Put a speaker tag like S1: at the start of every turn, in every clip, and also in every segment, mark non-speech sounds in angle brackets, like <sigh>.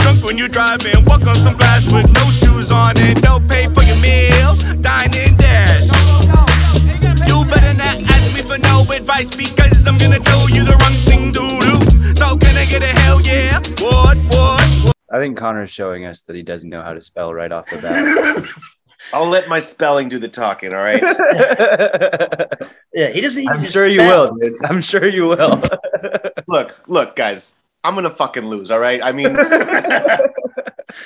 S1: Uh, when you driving. Walk on some glass with no shoes on and don't pay for your meal. Dine and dash. You better not ask me for no advice because I'm gonna tell you the wrong thing to do. So can I get a hell yeah? What, what, what?
S2: I think Connor's showing us that he doesn't know how to spell right off the bat.
S3: I'll let my spelling do the talking. All
S4: <laughs>
S3: right.
S4: Yeah, he doesn't. He
S2: I'm
S4: just
S2: sure you
S4: spell.
S2: will, dude. I'm sure you will.
S3: look, look, guys. I'm gonna fucking lose. All right. I
S4: <laughs>
S3: mean,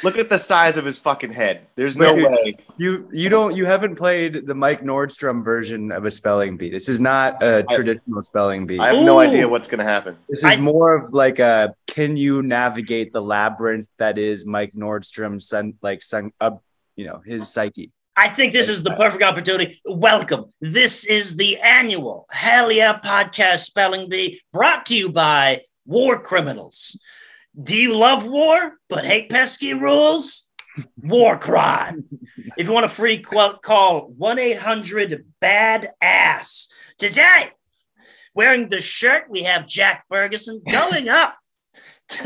S3: look at the size of his fucking head. There's no
S2: Wait.
S3: way.
S2: You you don't you haven't played the Mike Nordstrom version of a spelling bee. This is not a
S3: I-
S2: traditional spelling bee.
S3: I have no
S4: Ooh.
S3: idea what's gonna happen.
S2: this is
S4: I-
S2: more of like a can you navigate the labyrinth that is Mike Nordstrom's son like son uh, you know his psyche.
S4: I think this is the perfect opportunity. Welcome. This is the annual Hell Yeah Podcast Spelling Bee brought to you by War Criminals. Do you love war but hate pesky rules? War crime. If you want a free quote, call 1 800 Bad Ass. Today, wearing the shirt, we have Jack Ferguson
S3: <laughs>
S4: going up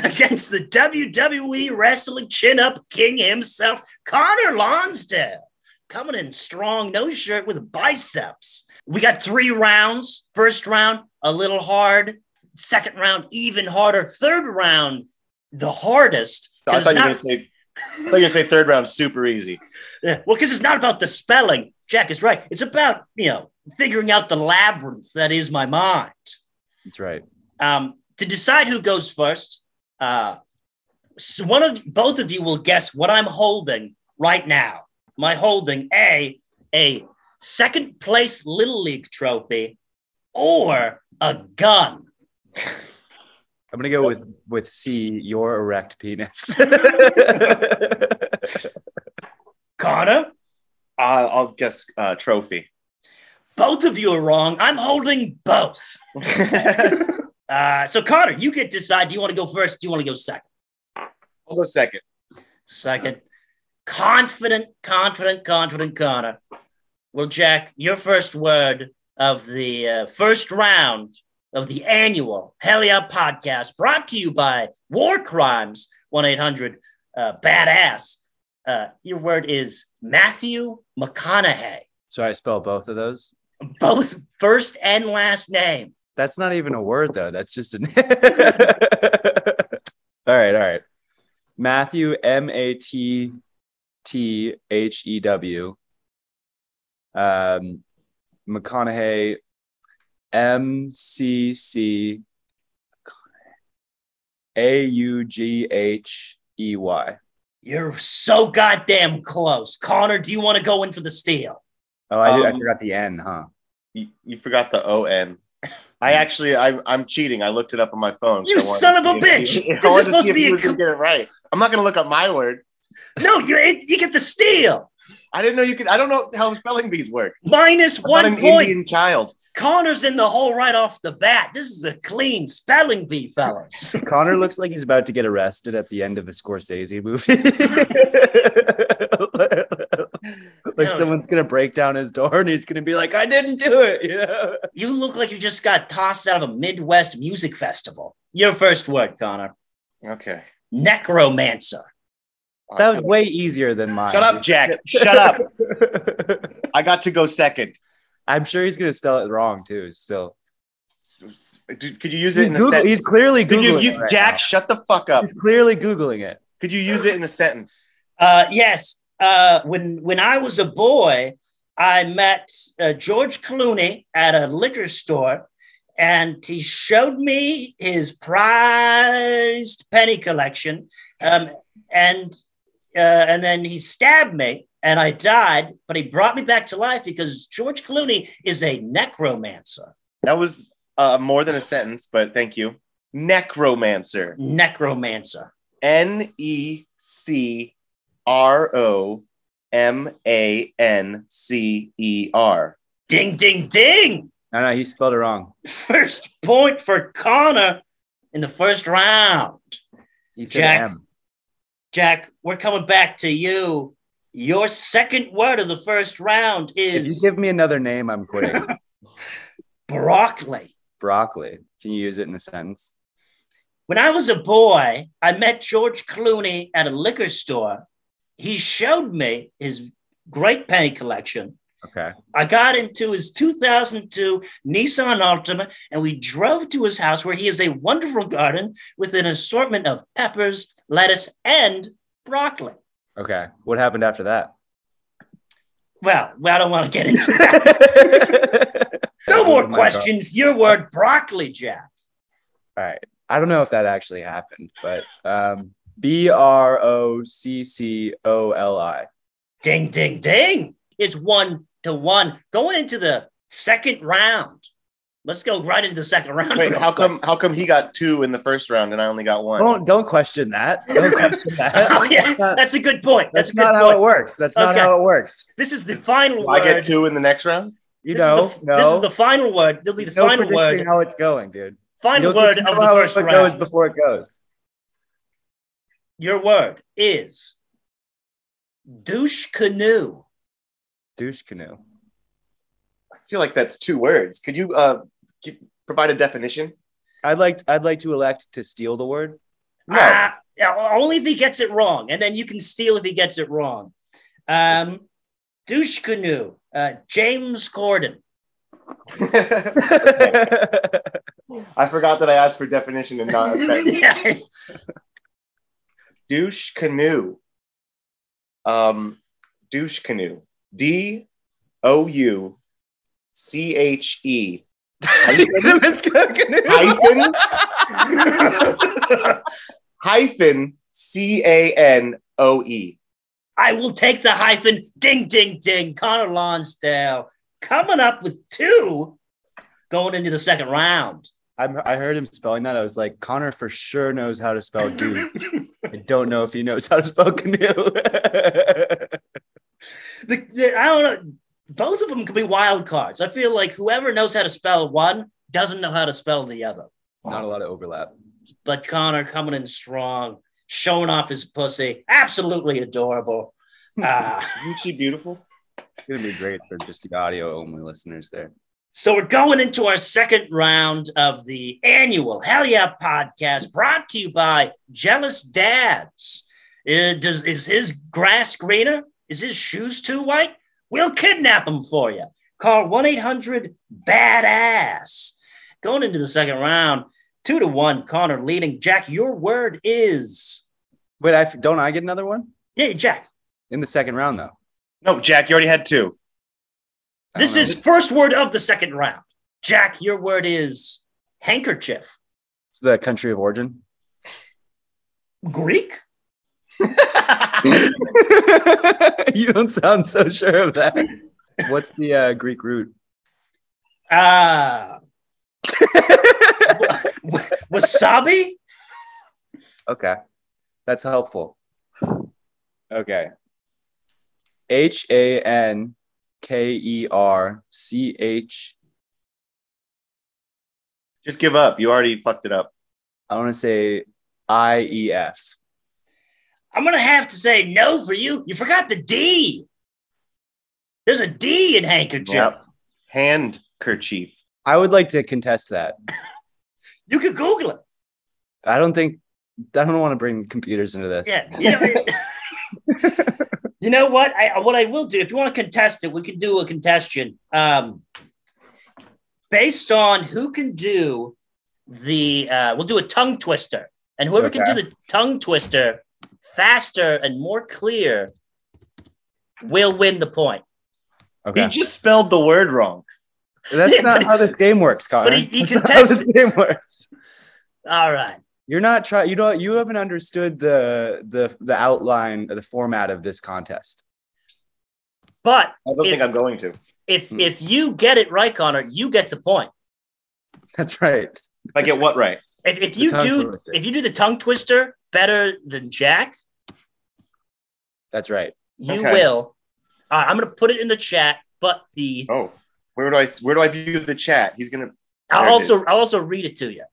S4: against the WWE Wrestling Chin Up King himself, Connor Lonsdale coming in strong, no shirt with biceps. We got three rounds. First round, a little hard. Second round, even harder. Third round, the hardest.
S3: I
S4: 'cause
S3: thought
S4: it's
S3: you were
S4: not-
S3: gonna say. I thought you were gonna say third round super easy.
S4: yeah, well, because it's not about the spelling. Jack is right. It's about, you know, figuring out the labyrinth that is my mind.
S2: That's right.
S4: Um, to decide who goes first, uh, s- one of both of you will guess what I'm holding right now. My holding a a second place little league trophy or a gun.
S2: I'm gonna go with with C your erect penis. <laughs>
S4: Connor,
S3: Uh, I'll guess uh, trophy. <laughs>
S4: both of you are wrong. I'm holding both.
S3: I'll
S4: Uh, so Connor, you get to decide. Do you want to go first? Do you want to go second?
S3: go second.
S4: Second. Confident, confident, confident Connor. Well, Jack, your first word of the uh, first round of the annual Hell Yeah podcast brought to you by War Crimes 1 800 uh, Badass. Uh, your word is Matthew McConaughey,
S2: so I spell both of those.
S4: both first and last name.
S2: That's not even a word though. That's just an. all right, all right. Matthew M A T T H E W. Um, McConaughey M C C A U G H E Y.
S4: You're so goddamn close. Connor, do you want to go in for the steal?
S2: Oh, I, did, I
S3: Um,
S2: forgot the N, huh?
S3: You, you forgot the O N. I actually, I, I'm cheating. I looked it up on my phone.
S4: Hmm. You
S3: I wanted
S4: son
S3: to
S4: of a
S3: see if
S4: bitch!
S3: you- <laughs> I
S4: This is
S3: wanted see
S4: supposed to
S3: if
S4: be
S3: you
S4: a
S3: were gonna
S4: com-
S3: get it right. I'm not gonna look up my word.
S4: No, you, you get the steal.
S3: I didn't know you could. I don't know how spelling bees work.
S4: Minus
S3: I'm not
S4: one
S3: an
S4: point.
S3: Indian child.
S4: Connor's in the hole right off the bat. This is a clean spelling bee, fellas.
S2: Connor looks like he's about to get arrested at the end of a Scorsese movie. <laughs> like
S4: No.
S2: someone's gonna break down his door and he's gonna be like, "I didn't do it." You know?
S4: you look like you just got tossed out of a Midwest music festival. Your first word, Connor.
S3: Okay.
S4: Necromancer.
S2: That was way easier than mine.
S3: Shut
S2: <laughs>
S3: up, Jack. Shut up. I got to go second.
S2: I'm sure he's gonna spell it wrong too. Still,
S3: Dude, could you use it
S2: he's,
S3: in a
S2: Goog-
S3: sentence?
S2: he's clearly
S3: Could
S2: googling
S3: you, you
S2: it right
S3: Jack,
S2: now.
S3: shut the fuck up.
S2: He's clearly googling it.
S3: Could you use it in a sentence?
S4: Uh, yes. Uh, when when I was a boy, I met uh, George Clooney at a liquor store, and he showed me his prized penny collection, um, and uh, and then he stabbed me, and I died. But he brought me back to life because George Clooney is a necromancer.
S3: That was uh, more than a sentence, but thank you. Necromancer.
S4: Necromancer.
S3: N E C R O M A N C E R.
S4: Ding ding ding. <laughs>
S2: No, no, he spelled it wrong.
S4: First point for Connor in the first round.
S2: He said
S4: Jack.
S2: M.
S4: Jack, we're coming back to you. Your second word of the first round
S2: If you
S4: is
S2: give me another name, I'm quitting. <laughs>
S4: broccoli.
S2: Broccoli. Can you use it in a sentence?
S4: When I was a boy, I met George Clooney at a liquor store. He showed me his great penny collection.
S2: Okay.
S4: I got into his 2002 Nissan Altima and we drove to his house where he has a wonderful garden with an assortment of peppers, lettuce, and broccoli.
S2: Okay. What happened after
S3: <laughs>
S2: that?
S4: Well, I don't want to get into
S2: <laughs>
S4: that. No
S2: Oh
S4: more
S2: my God.
S4: questions. Your word, broccoli, Jack.
S2: All right. I don't know if that actually happened, but um, B R O C C O L I.
S4: Ding, ding, ding is one to one. Going into the second round. Let's go right into the second round.
S3: Wait,
S4: real
S3: how
S4: quick.
S3: come how come he got two in the first round and I only got one?
S2: Don't don't question
S4: <laughs>
S2: that. Don't question that.
S4: Oh, yeah,
S2: That's not,
S4: that's a good point. <laughs> That's,
S2: that's
S4: a good
S2: not how it
S4: point.
S2: works. That's not
S4: Okay.
S2: how it works.
S4: This is the final
S3: Do
S4: word.
S3: I get two in the next round?
S2: You
S4: this
S2: know,
S4: is the,
S2: no.
S4: this is the final word. There'll be the
S2: There's no
S4: final
S2: predicting
S4: word.
S2: How it's going, dude.
S4: Final
S2: You don't
S4: word
S2: get to
S4: of
S2: know
S4: the
S2: how
S4: first
S2: it
S4: round.
S2: goes before it goes.
S4: Your word is douche canoe.
S2: Douche canoe.
S3: I feel like that's two words. Could you uh give, provide a definition?
S2: I'd like I'd like to elect to steal the
S4: <laughs>
S2: word.
S3: No.
S4: Ah, yeah, only if he gets it wrong, and then you can steal if he gets it wrong. Um, douche canoe. Uh, James Corden.
S3: <laughs>
S4: <laughs>
S3: I forgot that I asked for definition and
S4: <laughs>
S3: not a <laughs> sentence.
S4: Yeah.
S3: douche canoe. Um, douche canoe. D O U C H E
S4: <laughs>
S3: hyphen hyphen C A N O E.
S4: I will take the hyphen. Ding, ding, ding. Connor Lonsdale coming up with two going into the second round.
S2: I'm, I heard him spelling that. I was like, Connor for sure knows how to spell <laughs> dude. I don't know if he knows how to spell <laughs> canoe.
S4: The- the- I don't know. Both of them could be wild cards. I feel like whoever knows how to spell one doesn't know how to spell the other.
S2: Not a lot of overlap.
S4: But Connor coming in strong, showing off his pussy. Absolutely adorable. Uh,
S3: Isn't she beautiful?
S2: It's gonna be great for just the audio only listeners there.
S4: So we're going into our second round of the annual Hell Yeah podcast brought to you by Jealous Dads. Uh, does, is his grass greener? Is his shoes too white? We'll kidnap him for you. Call 1 800 BADASS. Going into the second round, two to one, Connor leading. Jack, your word is.
S2: Wait, I f- don't I get another one
S4: Yeah, Jack,
S2: in the second round though.
S3: No, Jack, you already had
S4: <laughs>
S3: two.
S2: I don't
S4: this
S2: know.
S4: is first word of the second round. Jack, your word is handkerchief.
S2: It's the country of origin. <laughs>
S4: Greek?
S2: you don't sound so sure of <laughs> that. What's the uh, Greek root? <laughs>
S4: Ah. Wasabi?
S2: Okay. That's helpful. Okay. H A N K E R C H.
S3: Just give up. You already fucked it up.
S2: I want to say I E F.
S4: I'm gonna have to say no for you. You forgot the D. There's a D in handkerchief.
S3: Yep. Handkerchief.
S2: I would like to contest that.
S4: You can Google it.
S2: I don't think, I don't want to bring computers into this.
S4: Yeah. You know, <laughs> you know what? I what I will do if you want to contest it, we can do a contestion. Um, based on who can do the uh, we'll do a tongue twister, and whoever can do the tongue twister faster and more clear will win the point.
S2: Okay.
S3: He just spelled the word wrong.
S2: That's not how this game works, Connor.
S4: <laughs> But he,
S2: <laughs>
S4: he
S2: That's not how
S4: contested.
S2: this game works.
S4: All right.
S2: You're not trying, you don't, you haven't understood the, the, the outline, the format of this contest.
S4: But
S3: I don't
S4: If-
S3: think I'm going to. If
S4: if
S2: Hmm.
S4: if you get it right, Connor, you get the point.
S2: That's right.
S3: I get what right?
S4: If, if
S2: The
S4: you
S2: tongue
S4: do
S2: twister.
S4: if you do the tongue twister better than Jack,
S2: That's right.
S4: you
S3: Okay.
S4: will. All right, I'm gonna put it in the chat, but the
S3: Oh, where do I where do I view the chat? He's gonna there
S4: I'll
S3: it
S4: also
S3: is.
S4: I'll also read it to you.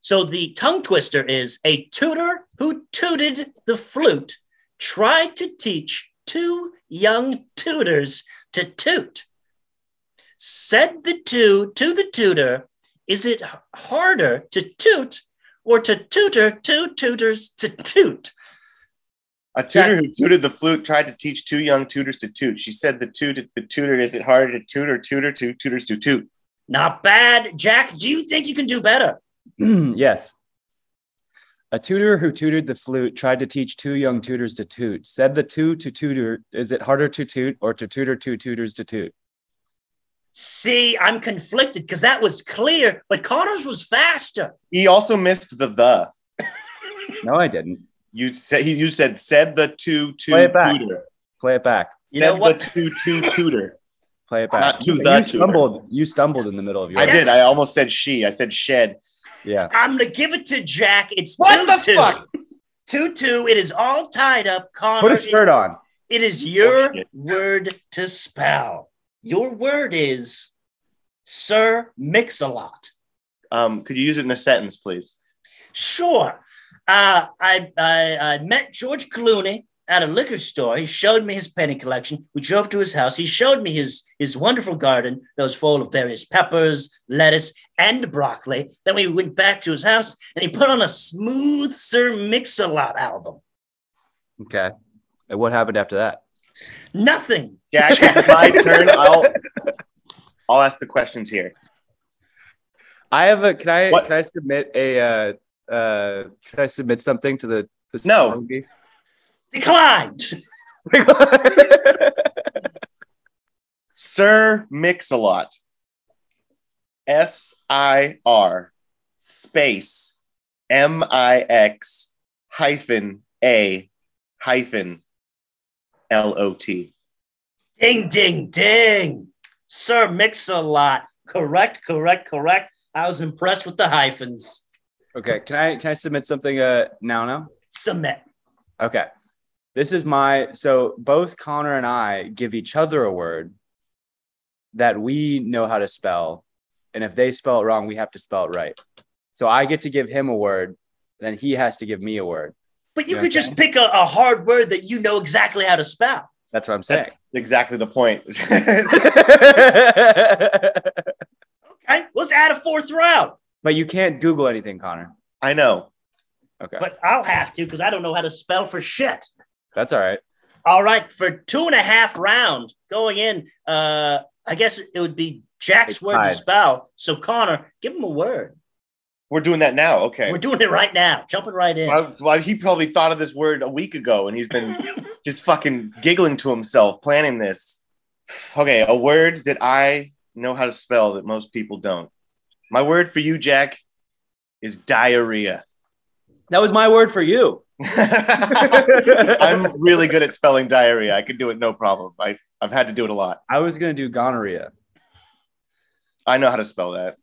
S4: So the tongue twister is a tutor who tooted the flute tried to teach two young tutors to toot. Said the two to the tutor, "Is it h- harder to toot or to tutor two tutors to toot.
S3: A tutor who tutored the flute tried to teach two young tutors to toot. She said the toot the tutor is it harder to tutor tutor two tutors to toot.
S4: Not bad. Jack, do you think you can do better?
S2: <clears throat> yes. A tutor who tutored the flute tried to teach two young tutors to toot. Said the two to tutor, is it harder to toot or to tutor two tutors to toot?
S4: See, I'm conflicted because that was clear, but Connor's was faster.
S3: He also missed the the.
S2: No, I didn't.
S3: You said he you said said the two two
S2: Play it back.
S3: tutor.
S2: Play it back.
S4: You
S3: said
S4: know what?
S3: the two two <laughs> tutor.
S2: Play it back.
S3: Not to
S2: You
S3: the tutor.
S2: stumbled. You stumbled in the middle of your.
S3: I did. I almost said she. I said shed.
S2: <laughs> Yeah.
S4: I'm gonna give it to Jack. It's
S3: What the
S4: two, two.
S3: fuck?
S4: Two two. It is all tied up. Connor,
S2: Put a shirt on.
S4: it is your
S3: Oh, shit.
S4: word to spell. Your word is Sir Mix-a-Lot.
S3: Um, could you use it in a sentence, please?
S4: Sure. Uh, I, I I met George Clooney at a liquor store. He showed me his penny collection. We drove to his house. He showed me his his wonderful garden that was full of various peppers, lettuce, and broccoli. Then we went back to his house, and he put on a smooth Sir Mix-a-Lot album.
S2: Okay. And what happened after that?
S4: Nothing.
S3: <laughs> Jack, it's my turn. I'll I'll ask the questions here.
S2: I have a. Can I?
S3: What?
S2: Can I submit a? Uh, uh, can I submit something to the? the
S3: No.
S2: <laughs> song?
S4: Declined.
S3: Sir Mix-a-Lot. S I R space M I X hyphen A hyphen L O T.
S4: Ding, ding, ding. Sir Mix-a-Lot. Correct, correct, correct. I was impressed with the hyphens.
S2: okay. Can I? Can I submit something? Uh, now, now.
S4: Submit.
S2: Okay. This is my so both Connor and I give each other a word that we know how to spell. And if they spell it wrong, we have to spell it right. So I get to give him a word, then he has to give me a word.
S4: But you
S2: Yeah,
S4: could just pick a, a hard word that you know exactly how to spell.
S2: That's what I'm saying.
S3: That's exactly the point. <laughs>
S4: Okay, let's add a fourth round.
S2: but you can't Google anything, Connor.
S3: I know.
S2: Okay.
S4: But I'll have to because I don't know how to spell for shit.
S2: That's all right.
S4: All right, for two and a half round going in, uh, I guess it would be Jack's
S2: It's
S4: word to
S2: tied.
S4: spell. So Connor, give him a word.
S3: We're doing that now. Okay.
S4: We're doing it right now. Jumping right in.
S3: Well, well, he probably thought of this word a week ago and he's been
S4: <laughs>
S3: just fucking giggling to himself planning this. Okay, a word that I know how to spell that most people don't. My word for you, Jack, is diarrhea. <laughs>
S2: That was my word for you.
S3: I'm
S2: i
S3: really good at spelling diarrhea. I can do it no problem. I, I've had to do it a lot.
S2: was gonna do gonorrhea.
S3: I know how to spell that.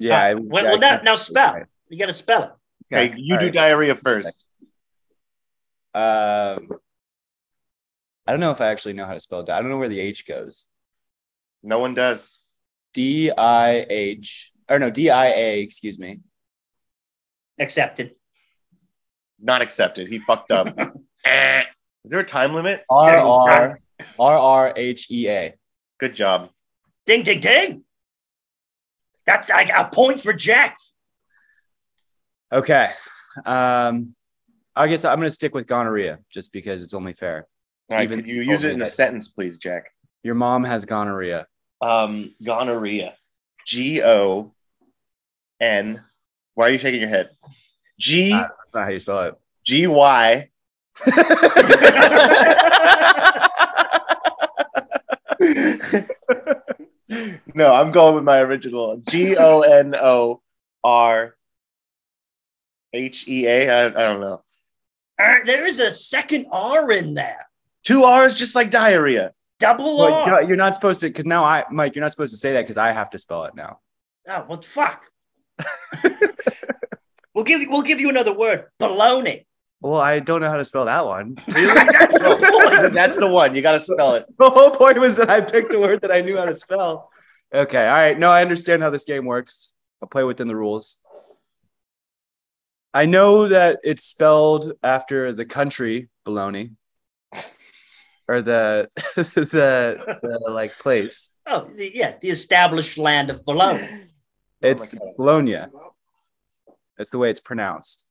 S2: Yeah.
S4: Uh,
S2: I-
S4: well,
S2: I
S4: well, now-
S2: can't-
S4: now spell. You got to spell it.
S3: Okay, you
S2: all
S3: do
S2: right.
S3: diarrhea first.
S2: Um, I don't know if I actually know how to spell that. I don't know where the H goes.
S3: No one does.
S2: D I H or no D I A. Excuse me.
S4: Accepted.
S3: Not accepted. He
S2: <laughs>
S3: fucked up. Eh. Is there a time limit?
S2: R R R R H E A.
S3: Good job.
S4: Ding, ding, ding. That's like a point for Jack.
S2: Okay. Um, I guess I'm gonna stick with gonorrhea just because it's only fair.
S3: All right,
S2: Even-
S3: could you use it in a
S2: Okay.
S3: sentence, please, Jack?
S2: Your mom has gonorrhea.
S3: um, gonorrhea. G O N. Why are you shaking your head? G
S2: Uh. That's not how you spell it.
S3: G Y <laughs> no, I'm going with my original. G O N O R H E A. I, I don't know.
S4: Uh, there is a second R in there.
S3: Two R's just
S2: <laughs>
S3: like diarrhea.
S4: Double
S2: Well,
S4: R.
S2: you're- you're not supposed to because now I Mike, you're not supposed to say that because I have to spell it now.
S4: Oh well, fuck. we'll give you. We'll give you another word. Baloney.
S2: Well, I don't know how to spell that one.
S4: That's the point.
S3: That's the one. You got to spell it.
S2: <laughs> The whole point was that I picked a word that I knew how to spell. Okay. All right. No, I understand how this game works. I'll play within the rules. I know that it's spelled after the country baloney or the, <laughs> the, the like place.
S4: Oh the- yeah, the established land of Bologna.
S2: It's
S3: Oh my God.
S2: Bologna. That's the way it's pronounced.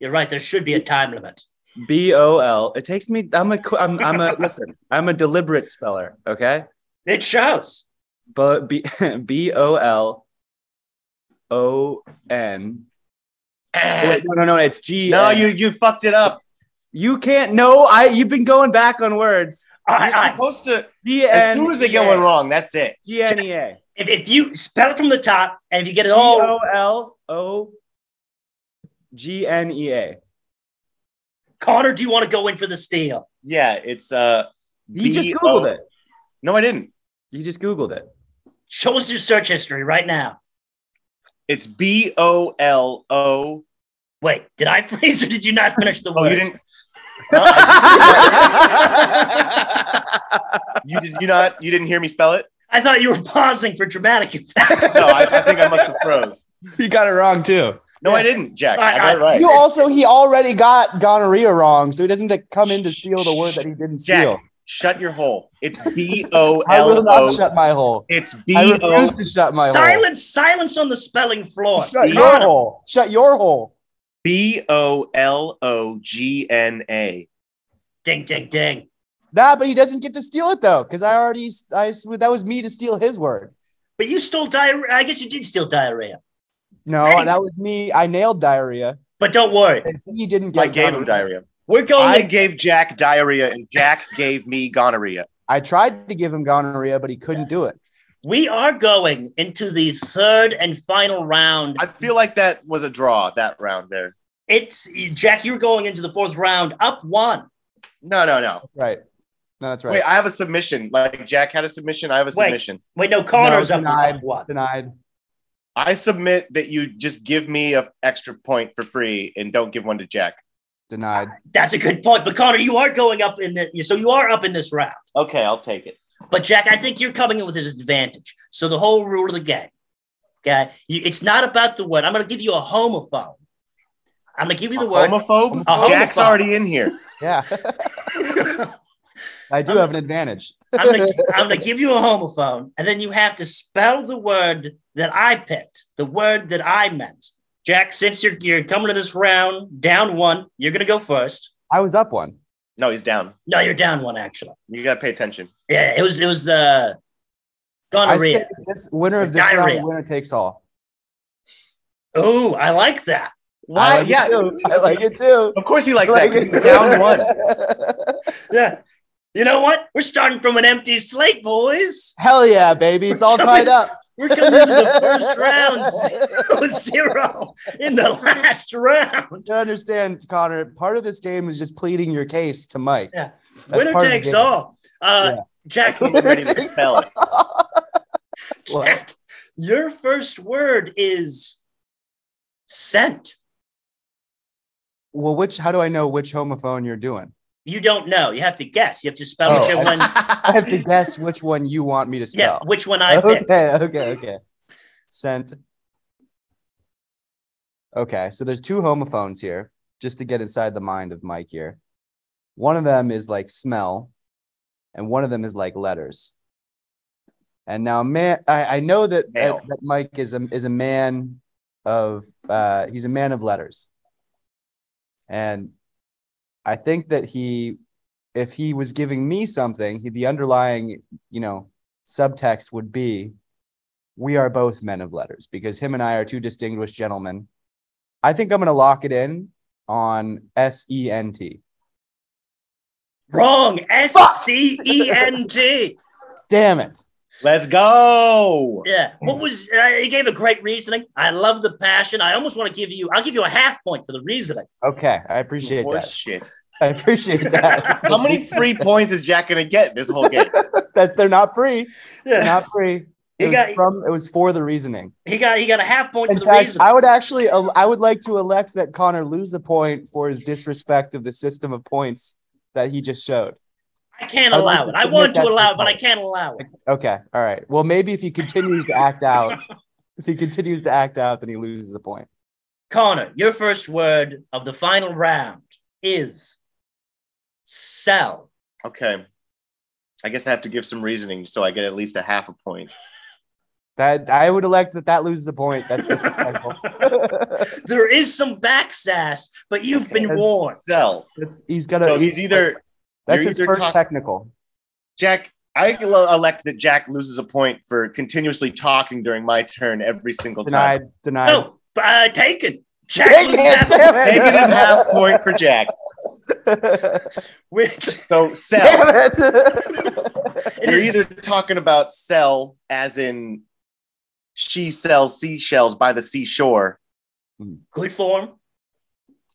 S4: You're right. There should be a time limit.
S2: B O L. It takes me. I'm a. qu- I'm, I'm a. listen. I'm a deliberate speller. Okay.
S4: It shows.
S2: But B <laughs> B O L O N. Oh, wait, No, no, no. It's G.
S3: No, you you fucked it up.
S2: You can't. No, I. You've been going back on words.
S4: All right, all
S3: You're
S4: right.
S3: supposed to.
S2: G
S3: As
S2: N E
S3: soon as they get one wrong, that's it.
S2: G N E A.
S4: If, if you spell it from the top and if you get it
S2: B
S4: all,
S2: O L O G N E A.
S4: Connor, do you want to go in for the steal?
S3: Yeah, it's uh.
S2: You just
S3: B O-
S2: googled it.
S3: No, I didn't.
S2: You just googled it.
S4: Show us your search history right now.
S3: It's B O L O.
S4: Wait, did I <laughs> freeze or did you not finish the
S3: Oh,
S4: word?
S3: you didn't. No,
S2: <laughs>
S3: <laughs> I- you did you not you didn't hear me spell it?
S4: I thought you were pausing for
S3: <laughs>
S4: dramatic effect.
S3: So I, I think I must have froze.
S2: You got it wrong too.
S3: No, I didn't, Jack. I got it
S4: Right.
S2: You
S3: right.
S2: also he already got gonorrhea wrong, so he doesn't have to come in to steal the word that he didn't steal.
S3: Jack, shut your hole. It's B O
S2: <laughs> I will
S3: L
S2: not
S3: O.
S2: shut my hole.
S3: It's B
S2: I
S3: O.
S2: refuse to shut my hole.
S4: silence, silence on the spelling floor.
S2: Shut
S3: B-
S2: your
S4: Connor,
S2: hole. Shut your hole.
S3: B O L O G N A.
S4: Ding, ding, ding.
S2: Nah, but he doesn't get to steal it though, because I already I that was me to steal his word.
S4: But you stole diarrhea. I guess you did steal diarrhea.
S2: No,
S4: Hey.
S2: that was me. I nailed diarrhea.
S4: But don't worry.
S2: And he didn't get
S3: I gave him
S2: gonorrhea. Oh.
S3: diarrhea.
S4: We're
S3: I
S4: going.
S3: gave Jack diarrhea, and
S2: <laughs>
S3: Jack gave me gonorrhea.
S2: I tried to give him gonorrhea, but he couldn't do it.
S4: we are going into the third and final round.
S3: I feel like that was a draw that round there.
S4: It's Jack. You're going into the fourth round, up one.
S3: No, no, no.
S2: Right. No, that's
S3: Wait,
S2: right.
S3: I have a submission. Like Jack had a submission. I have a
S4: Wait.
S3: submission.
S4: Wait, no, Connor's
S2: No,
S4: up
S2: denied.
S4: one. one.
S2: Denied.
S3: I submit that you just give me an extra point for free and don't give one to Jack.
S2: Denied.
S4: That's a good point. But Connor, you are going up in the. So you are up in this round.
S3: Okay, I'll take it.
S4: But Jack, I think you're coming in with a disadvantage. So the whole rule of the game, okay, you, it's not about the word. I'm going to give you a homophobe. I'm going to give you the word.
S3: homophobe?
S4: A
S3: Jack's
S4: homophobe.
S3: already in here.
S2: Yeah.
S4: <laughs>
S2: I do
S4: I'm-
S2: have an advantage.
S4: I'm gonna, I'm gonna give you a homophone, and then you have to spell the word that I picked, the word that I meant. Jack, since you're you're coming to this round down one, you're gonna go first.
S2: I was up one.
S3: No, he's down.
S4: No, you're down one actually.
S3: You gotta pay attention.
S4: Yeah, it was it was uh
S2: I said
S4: gonorrhea.
S2: this winner of this
S4: Diarrhea.
S2: round, winner takes all.
S4: Oh, I like that.
S2: I like
S3: yeah.
S2: it too. I like it too.
S3: Of course he likes
S2: I
S3: that.
S2: like it
S3: 'cause He's
S2: too.
S3: <laughs> down one.
S2: <laughs>
S4: Yeah. You know what? We're starting from an empty slate, boys.
S2: Hell yeah, baby. It's all tied
S4: <laughs>
S2: up.
S4: We're coming to the
S2: <laughs>
S4: first round zero zero in the last round.
S2: You understand, Connor. Part of this game is just pleading your case to Mike.
S4: Yeah.
S2: That's
S4: Winner
S2: part of the
S4: takes
S2: game.
S4: all. Uh,
S2: Yeah.
S3: I
S4: Jack,
S3: can't ready to spell it.
S2: What?
S4: Jack, your first word is scent.
S2: Well, which how do I know which homophone you're doing?
S4: You don't know. You have to guess. You have to spell
S2: Oh,
S4: which
S2: I-
S4: one.
S2: <laughs> I have to guess which one you want me to
S4: <laughs> Yeah,
S2: spell.
S4: which one I picked.
S2: okay, okay, okay. Sent. Okay, so there's two homophones here, just to get inside the mind of Mike here. One of them is like smell, and one of them is like letters. And now, man, I, I know that,
S3: Male.
S2: that that Mike is a is a man of uh, he's a man of letters, and I think that he, if he was giving me something, he, the underlying you know subtext would be we are both men of letters because him and I are two distinguished gentlemen. I think I'm going to lock it in on S E N T.
S4: Wrong. S C E N G.
S2: Damn it.
S3: Let's go.
S4: Yeah. What was? Uh, he gave a great reasoning. I love the passion. I almost want to give you. I'll give you a half point for the reasoning.
S2: Okay. I appreciate
S3: Horse
S2: that.
S3: shit.
S2: I appreciate that.
S3: <laughs> How many free points is Jack gonna get this whole game?
S2: that they're not free. They're
S4: Yeah.
S2: not
S3: <laughs>
S2: free. It
S4: He
S2: was,
S4: got.
S2: from, it was for the reasoning.
S4: He got. He got a half point
S2: In
S4: for the
S2: fact,
S4: reasoning.
S2: I would actually, uh, I would like to elect that Connor lose a point for his disrespect of the system of points that he just showed.
S4: I can't
S2: I'd
S4: allow
S2: like
S4: it.
S2: to
S4: I
S2: submit
S4: want
S2: that
S4: to
S2: to
S4: allow
S2: the
S4: it, but I
S2: vote.
S4: can't allow it.
S2: Okay. All right. Well, maybe if he continues to act out,
S3: <laughs>
S2: if he continues to act out, then he loses a point.
S4: Connor, your first word of the final round is sell.
S3: Okay. I guess I have to give some reasoning so I get at least a half a point.
S2: That I would elect that that loses a point. That's
S3: <laughs>
S2: disrespectful. <laughs>
S4: there is some back sass, but you've been
S2: Okay.
S4: warned.
S3: Sell.
S2: That's, he's got to.
S3: So he's either
S2: that's
S3: you're
S2: his
S3: either
S2: first
S3: talk-
S2: technical.
S3: Jack. I lo- elect that Jack loses a point for continuously talking during my turn every single time.
S2: Denied. Denied.
S4: Oh, uh, taken. Jack
S2: Dang
S4: was
S2: it,
S4: seven.
S2: damn it. <laughs>
S3: Negative half point for Jack.
S4: With-
S3: So sell.
S2: Damn it.
S4: it
S3: <laughs> You're
S4: is-
S3: either talking about sell as in she sells seashells by the seashore,
S4: good form.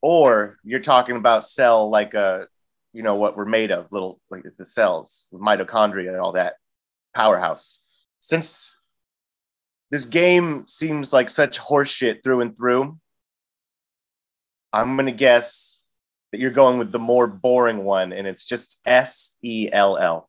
S3: or you're talking about cell like a you know what we're made of little like the cells mitochondria and all that powerhouse since this game seems like such horseshit through and through i'm gonna guess that you're going with the more boring one and it's just E s-e-l-l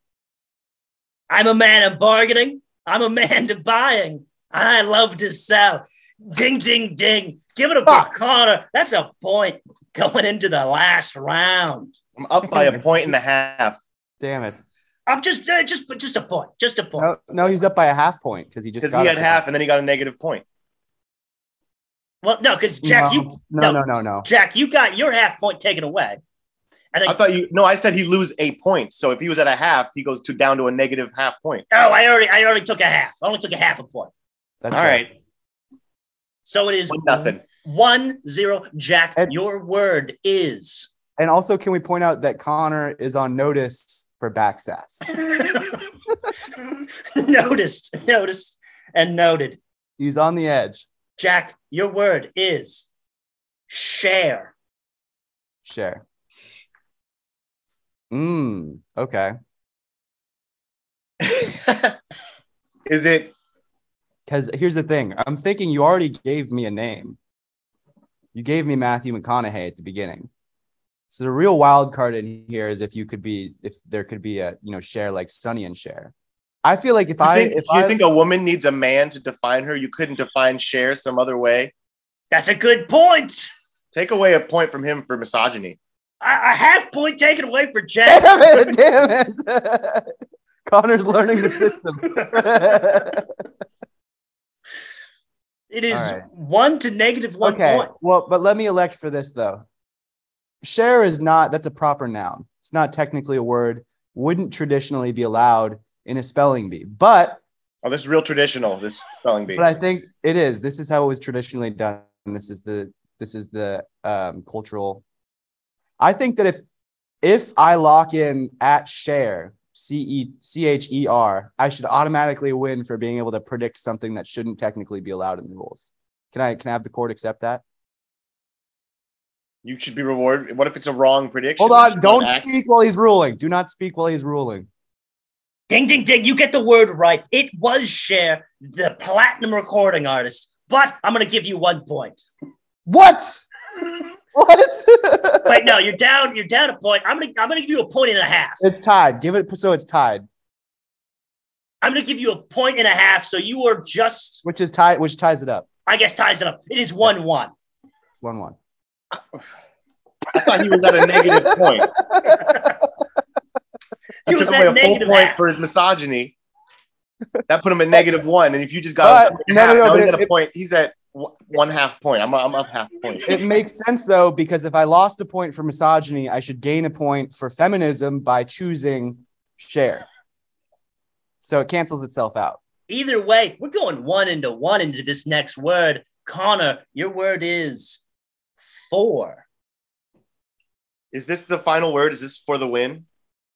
S4: I'm a man of bargaining. I'm a man to buying. I love to sell. Ding, ding, ding. Give it a
S3: Fuck.
S4: Connor. That's a point going into the last round.
S3: i'm up by a point and
S2: <laughs>
S3: a half
S2: Damn it.
S4: I'm just, uh, just, but just a point. Just a point.
S2: No, no, he's up by a half point because he just
S3: because
S2: got
S3: he
S2: a
S3: had
S2: point.
S3: half and then he got a negative point
S4: Well, no, because
S2: no,
S4: Jack, you,
S2: no, no, no, no.
S4: Jack, you got your half point taken away. And
S3: i
S4: then,
S3: thought you no i said he lose a point so if he was at a half he goes to down to a negative half point
S4: oh, I already, I already took a half. I only took a half a point.
S2: That's
S3: all
S2: fair.
S3: right
S4: So it is
S3: one nothing
S4: One zero, Jack.
S2: And-
S4: your word is. <laughs>
S2: And also, can we point out that Connor is on notice for back sass?
S4: noticed, noticed, and noted.
S2: He's on the edge.
S4: Jack, your word is share.
S2: Share. Mm, okay. <laughs>
S3: is it
S2: Because here's the thing I'm thinking you already gave me a name. You gave me Matthew McConaughey at the beginning. So the real wild card in here is if you could be, if there could be a, you know, share like Sonny and share. I feel like if
S3: you
S2: I,
S3: think,
S2: if
S3: you
S2: I,
S3: think a woman needs a man to define her you couldn't define share some other way
S4: That's a good point.
S3: take away a point from him for misogyny
S4: A, a half point taken away for
S2: <laughs>
S4: Jack.
S2: damn it, damn it. <laughs> Connor's learning the
S3: <laughs>
S2: system.
S4: It is
S2: All right.
S4: one to negative
S2: <laughs>
S4: one
S2: okay.
S4: point.
S2: Well, but let me elect for this though. Share is not that's a proper noun. It's not technically a word. Wouldn't traditionally be allowed in a spelling bee, but
S3: oh this is real traditional this spelling bee
S2: but I think it is. This is how it was traditionally done. And this is the this is the um, cultural. I think that if if I lock in at share c e c h e r, I should automatically win for being able to predict something that shouldn't technically be allowed in the rules. Can I can I have the court accept that?
S3: you should be rewarded what if it's a wrong prediction
S2: Hold on, don't
S3: Act-
S2: speak while he's ruling. Do not speak while he's ruling.
S4: Ding, ding, ding. You get the word right. It was share, the platinum recording artist. But I'm going to give you one point.
S2: What? What? <laughs>
S4: Wait, no, you're down. You're down a point. I'm gonna, I'm gonna give you a point and a half.
S2: it's tied. Give it so it's tied,
S4: I'm gonna give you a point and a half. So you are just,
S2: which is tied, which ties it up.
S4: I guess, ties it up. It is one one.
S2: It's one one.
S3: i thought he was at a
S2: <laughs>
S3: negative point
S4: He
S3: you
S4: was
S3: took
S4: at
S3: away a full
S4: negative
S3: point
S4: half.
S3: for his misogyny that put him at negative one and if you just
S2: But-
S3: got a
S2: Uh, no, no, no,
S3: half, now
S2: but
S3: he's
S2: it-
S3: at a
S2: it-
S3: point he's at one- one half point i'm, I'm up half point
S2: It makes sense though, because if I lost a point for misogyny, I should gain a point for feminism by choosing share. So it cancels itself out.
S4: Either way, we're going one into one into this next word. Connor, your word is four.
S3: is this the final word is this for the win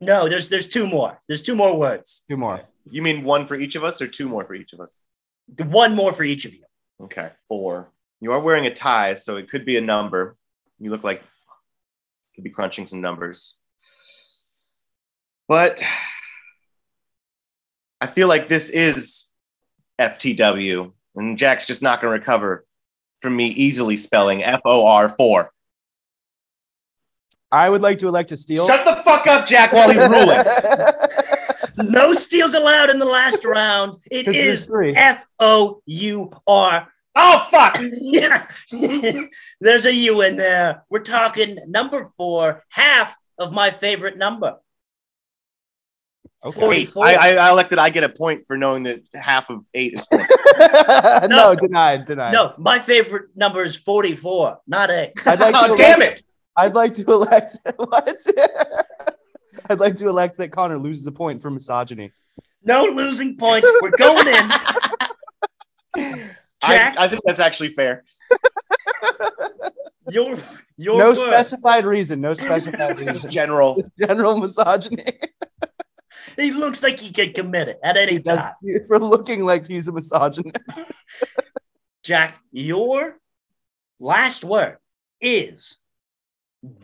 S4: No, there's there's two more. There's two more words.
S2: Two more.
S3: You mean one for each of us or two more for each of us?
S4: One more for each of you.
S3: Okay. Four. You are wearing a tie, so it could be a number. You look like you could be crunching some numbers. But I feel like this is FTW, and Jack's just not going to recover from me easily spelling F O R 4.
S2: I would like to elect a steal.
S3: Shut the fuck up, Jack, while he's
S2: <laughs>
S3: <laughs> ruling.
S4: No steals allowed in the last round. It
S2: 'Cause there's
S4: is
S2: three.
S4: F O U R
S3: oh, fuck.
S4: yeah. <laughs> There's a U in there. We're talking number four, half of my favorite number. Forty four.
S3: I, I, I elected I get a point for knowing that half of eight is four.
S2: <laughs> no,
S4: No.
S2: denied, denied.
S4: No, my favorite number is 44, not eight.
S2: I'd like to
S3: <laughs> <laughs> oh,
S2: elect,
S3: damn it.
S2: I'd like to elect <laughs> what? I'd like to elect that Connor loses a point for misogyny.
S4: No losing points.
S2: <laughs>
S4: We're going in.
S3: I,
S4: Jack,
S3: I think that's actually fair.
S4: your your
S2: no
S4: word.
S2: specified reason. No specified
S3: Just <laughs>
S2: reason.
S3: general.
S2: General misogyny.
S4: He looks like he could commit it at any time.
S2: That's- for looking like he's a misogynist.
S4: Jack, your last word is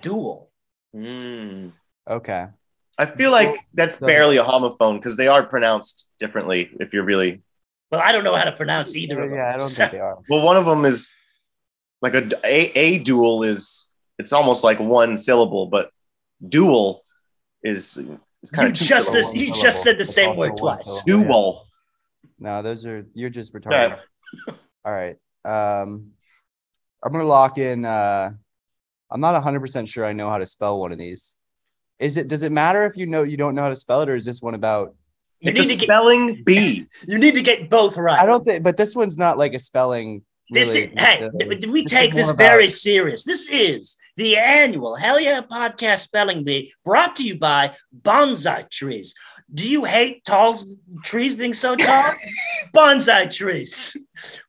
S4: dual.
S3: Mm.
S2: Okay.
S3: I feel like that's barely a homophone because they are pronounced differently. If you're really
S4: Well, I don't know how to pronounce either of them.
S2: Yeah, I don't
S4: So-
S2: think they
S4: <laughs>
S2: are.
S3: well, one of them is like a a, a dual is it's almost like one syllable, but dual is is kind
S4: You
S3: of two
S4: just
S3: syllables.
S4: this- you just said the
S2: It's
S4: same
S2: all
S4: word
S2: one
S4: twice.
S2: syllable, yeah.
S3: dual.
S2: No, those are you're just retarded.
S3: Yeah.
S4: <laughs>
S2: All right. Um I'm gonna lock in uh I'm not hundred percent sure I know how to spell one of these. Is it does it matter if you know you don't know how to spell it or is this one about
S4: You
S3: it's
S4: need
S3: a
S4: to get
S3: spelling bee.
S4: you need to get both right.
S2: I don't think but this one's not like a spelling
S4: This
S2: really,
S4: is, hey,
S2: uh,
S4: th- we
S2: this is
S4: take this
S2: more about-
S4: very serious. This is the annual Hell Yeah Podcast Spelling Bee brought to you by Bonsai Trees. Do you hate tall s- trees being so
S2: <laughs>
S4: tall? bonsai trees.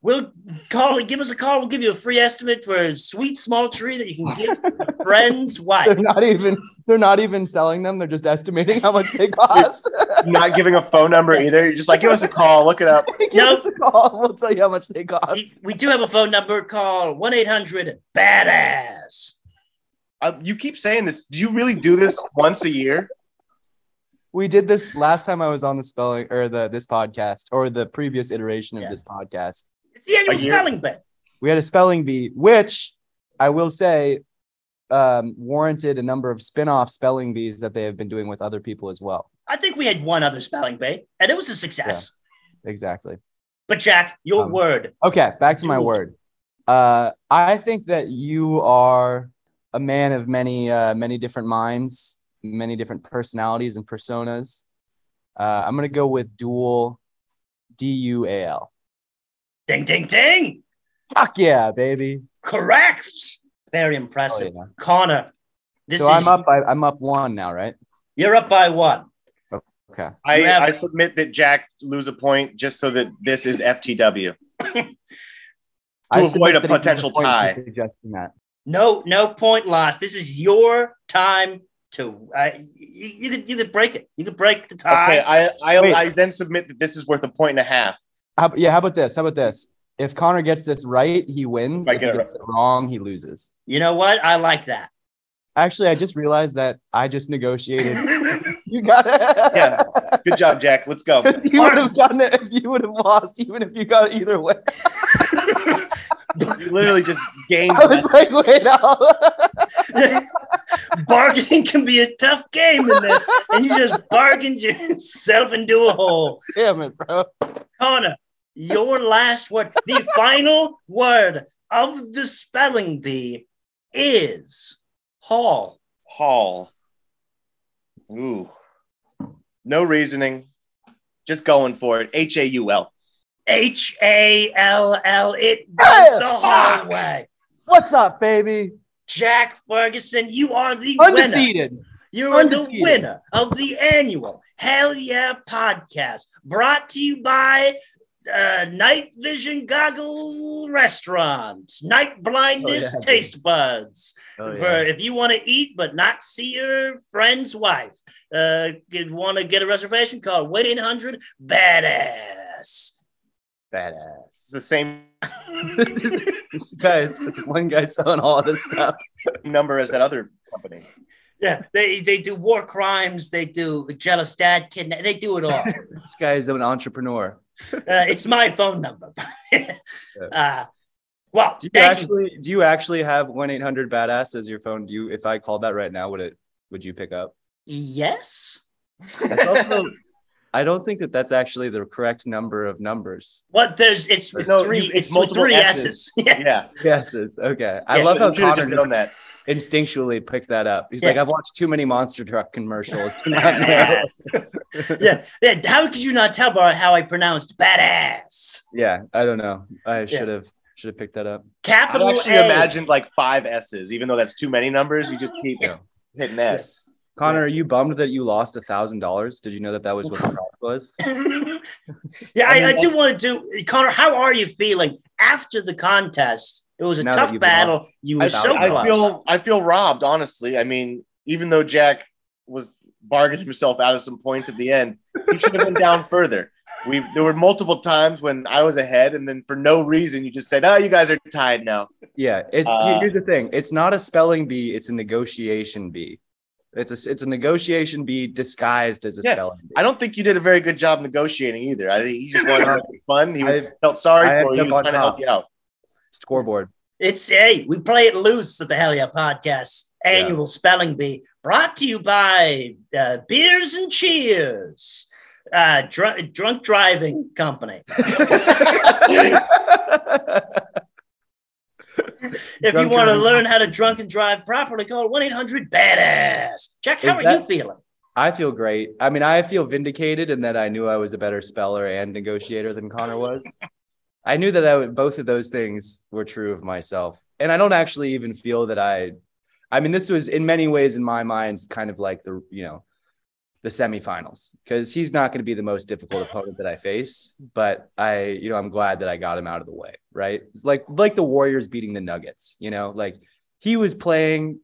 S4: We'll call it, give us a call. We'll give you a free estimate for a sweet small tree that you can
S2: <laughs>
S4: give to a friend's
S2: they're
S4: wife.
S2: not even they're not even selling them, they're just estimating how much
S4: <laughs>
S2: they cost.
S3: Not giving a phone number either. You're just like give us a call, look it up.
S2: <laughs> Give
S4: No.
S2: us a call, we'll tell you how much they
S4: We,
S2: cost.
S4: we do have a phone number. Call 1 800 BADASS.
S3: Uh, you keep saying this. Do you really do this once a year?
S2: We did this last time I was on the spelling or the this podcast or the previous iteration of
S4: Yeah.
S2: this podcast.
S4: It's the annual
S3: A year?
S4: Spelling Bee.
S2: We had a spelling bee, which I will say um, warranted a number of spin-off spelling bees that they have been doing with other people as well.
S4: I think we had one other Spelling Bee, and it was a success.
S2: Exactly.
S4: But Jack, your
S2: Um,
S4: word.
S2: Okay, back to my
S4: Dude.
S2: word. Uh, I think that you are a man of many, uh, many different minds, many different personalities and personas. Uh, I'm gonna go with dual, D U A L.
S4: Ding, ding, ding.
S2: Fuck yeah, baby.
S4: Correct. Very
S2: Oh,
S4: impressive.
S2: yeah.
S4: Connor, this
S2: So
S4: is
S2: I'm up. I, I'm up one now, right?
S4: you're up by one.
S2: Okay.
S3: I,
S4: You have-
S3: I submit that Jack lose a point just so that this is FTW.
S2: I
S3: avoid
S2: submit
S3: a
S2: that he gets
S3: potential
S2: point for
S3: tie.
S2: Suggesting that.
S4: No, no point lost. This is your time to uh, you, you could you could break it. You could break the tie.
S3: Okay, I I,
S2: Wait.
S3: I then submit that this is worth a point and a half.
S2: How, yeah. How about this? How about this? If Connor gets this right, he wins.
S3: If I
S2: If he
S3: get it
S2: gets it wrong, he loses.
S4: you know what? I like that.
S3: <laughs>
S2: Actually, I just realized that I just negotiated.
S3: <laughs>
S2: you got it. <laughs>
S3: Yeah. Good job, Jack. Let's go.
S2: Because you would have gotten it if you would have lost, even if you got it either way.
S3: You literally just gained.
S2: I was like, wait, no.
S4: Bargaining can be a tough game in this, and you just bargained yourself into a hole.
S2: <laughs> Damn it, bro.
S4: Connor, your last word,
S2: <laughs>
S4: the final word of the spelling bee is hall.
S3: Hall. Ooh. No reasoning. Just going for it. H A U L.
S4: H A L L. It was the hall way.
S2: What's up, baby?
S4: Jack Ferguson, you are the winner.
S2: Undefeated.
S4: You are the
S2: undefeated.
S4: winner of the annual Hell Yeah podcast brought to you by uh, Night Vision Goggle Restaurant, Night Blindness
S2: Oh, yeah,
S4: Taste Buds.
S2: Oh,
S4: for if you want to eat but not see your friend's wife, uh, you want to get a reservation, call 1 800 Badass.
S3: It's
S2: Badass.
S3: the same
S2: This is <laughs> this guys. It's one guy selling all this stuff.
S3: number as that other company.
S4: Yeah, they, they do war crimes, they do jealous dad kidnap, they do it all.
S2: This guy is an entrepreneur.
S4: uh, it's my phone number. <laughs> uh, well,
S2: Do you
S4: thank you.
S2: actually do you actually have one eight hundred badass as your phone? Do you if I called that right now, would it would you pick up?
S4: Yes.
S2: That's also I don't think that that's actually the correct number of numbers.
S4: What there's it's with
S3: No,
S4: three
S3: you- it's
S4: it's, with
S3: multiple
S4: three
S3: S's.
S4: S's. Yeah.
S3: <laughs> yeah.
S2: Yeses. Okay. I
S3: Yeah,
S2: love
S3: you
S2: how
S3: should've
S2: Connor
S3: just known that.
S2: instinctually picked that up. He's
S4: Yeah.
S2: like, I've watched too many monster truck commercials
S4: <laughs>
S2: to not know.
S4: yeah, yeah. How could you not tell by how I pronounced badass?
S2: yeah, I don't know. I should have should have picked that up.
S3: I
S4: Capital
S3: actually
S4: A.
S3: imagined like five S's, even though that's too many numbers. You just keep
S4: Yeah.
S3: hitting S.
S2: Connor, are you bummed that you lost a thousand dollars? Did you know that that was what the prize was?
S4: <laughs> yeah,
S3: I
S4: I,
S3: mean,
S4: I do want to do Connor. How are you feeling after the contest? It was a
S2: Now that
S4: tough
S2: you've
S4: battle. You were
S3: I,
S4: so
S3: I
S4: close.
S3: feel I feel robbed, honestly. I mean, even though Jack was bargained himself out of some points at the end, he should have been down further. We there were multiple times when I was ahead, and then for no reason you just said, "Oh, you guys are tied now."
S2: Yeah, it's
S3: Uh,
S2: here's the thing. It's not a spelling bee. It's a negotiation bee. It's a it's a negotiation bee disguised as a
S3: Yeah,
S2: spelling bee.
S3: I don't think you did a very good job negotiating either. I think he just wanted to have fun. He was, felt sorry
S2: I
S3: for
S2: ended
S3: you.
S2: up
S3: He was
S2: on
S3: trying to
S2: top.
S3: help you out.
S2: Scoreboard.
S3: <laughs>
S4: It's hey, we play it loose at the Hell Yeah Podcast annual spelling bee, brought to you by uh, Beers and Cheers, uh, dr- drunk driving
S3: <laughs>
S4: company. If you
S2: Drunk
S4: want to
S2: driving
S4: learn how to drunk and drive properly, call one eight hundred badass. Jack,
S2: Is
S4: how are
S2: that-
S4: you feeling?
S2: I feel great. I mean, I feel vindicated in that I knew I was a better speller and negotiator than Connor was. I knew that I would, both of those things were true of myself. And I don't actually even feel that I, I mean, this was in many ways in my mind, kind of like the, you know, the semifinals, because he's not going to be the most difficult opponent that I face. But I, you know, I'm glad that I got him out of the way. Right. It's like, like the Warriors beating the Nuggets, you know, like he was playing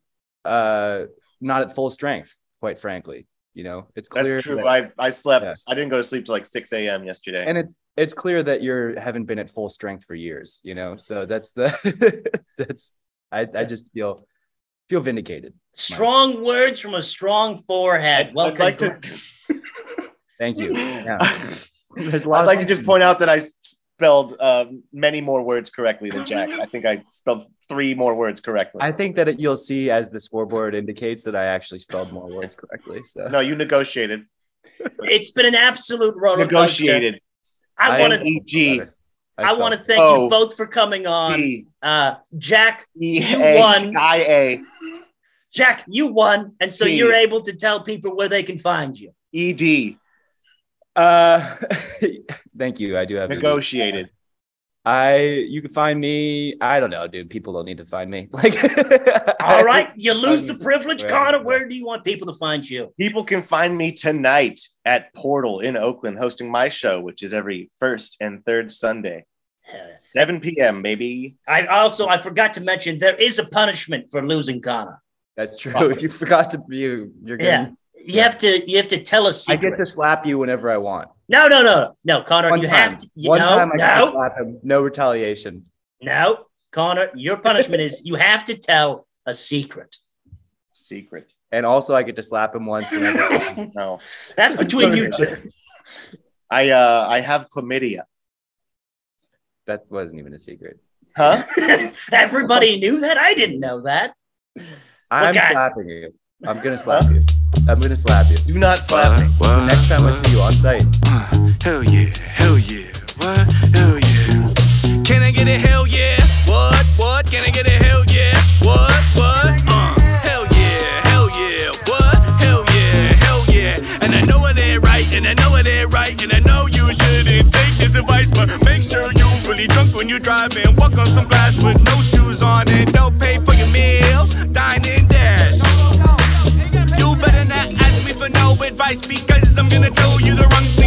S2: uh not at full strength, quite frankly. You know, it's clear
S3: That's true.
S2: that-
S3: I, I slept.
S2: Yeah.
S3: I didn't go to sleep till like 6 a.m. yesterday.
S2: and it's it's clear that you haven't been at full strength for years, you know. So that's the <laughs> that's I, I just feel feel vindicated.
S4: Strong words from a strong forehead.
S3: I'd,
S4: Well,
S3: I'd like to,
S4: congr-
S3: <laughs>
S2: Thank you. Yeah.
S3: I'd
S2: There's a lot of-
S3: like to just point out that I spelled um many more words correctly than Jack. I think I spelled three more words correctly.
S2: I think that it, you'll see as the scoreboard indicates that I actually spelled more words correctly. So
S3: no, you negotiated.
S4: It's been an absolute roller coaster.
S3: Negotiated.
S4: I
S2: I-
S4: want to.
S3: E G
S4: I
S2: spelled
S4: want to
S2: it.
S4: thank
S3: Oh.
S4: you both for coming on.
S3: D
S4: Uh, Jack,
S3: E
S4: You
S3: A
S4: won.
S3: I A
S4: Jack, you won, and so
S3: Gee.
S4: you're able to tell people where they can find you.
S3: E D.
S2: Uh, <laughs> thank you. I do have to-
S3: Negotiated.
S2: I you can find me. I don't know, dude. People don't need to find me. <laughs> Like,
S4: All right, you lose the
S2: Um,
S4: privilege,
S2: well,
S4: Connor.
S2: yeah.
S4: Where do you want people to find you?
S3: People can find me tonight at Portal in Oakland hosting my show, which is every first and third Sunday,
S4: Yes.
S3: 7 p.m. Baby.
S4: I also I forgot to mention there is a punishment for losing Connor.
S2: <laughs> That's true. You forgot to you. You're
S4: Yeah.
S2: good.
S4: You have to you have to tell us
S2: I get
S4: secret.
S2: to slap you whenever I want.
S4: No, no, no, no, Connor.
S2: One
S4: you
S2: time.
S4: have to. You
S2: One
S4: know,
S2: time I got to
S4: no,
S2: slap him. No retaliation.
S4: no, Connor. Your punishment is you have to tell a
S2: <laughs>
S4: secret.
S3: Secret.
S2: And also, I get to slap him once. whenever-
S4: <laughs>
S3: No.
S4: That's between you two.
S3: <laughs> I uh I have chlamydia.
S2: that wasn't even a secret.
S3: Huh?
S4: <laughs> Everybody knew that. I didn't know that.
S2: I'm
S4: guys-
S2: slapping you. I'm gonna slap you. I'm gonna slap you.
S3: Do not slap me.
S2: The next time I see you on site,
S1: Uh, hell yeah, hell yeah, what? Hell yeah. Can I get a hell yeah? What? What? Can I get a hell yeah? What? What? Uh, hell yeah, hell yeah, what? Hell yeah, hell yeah. And I know it ain't right, and I know it ain't right, and I know you shouldn't take this advice, but make sure you really drunk when you drive and walk on some glass with no shoes on and don't pay for your meal. Dine and dash. You better not ask me for no advice because I'm gonna tell you the wrong thing. Uh,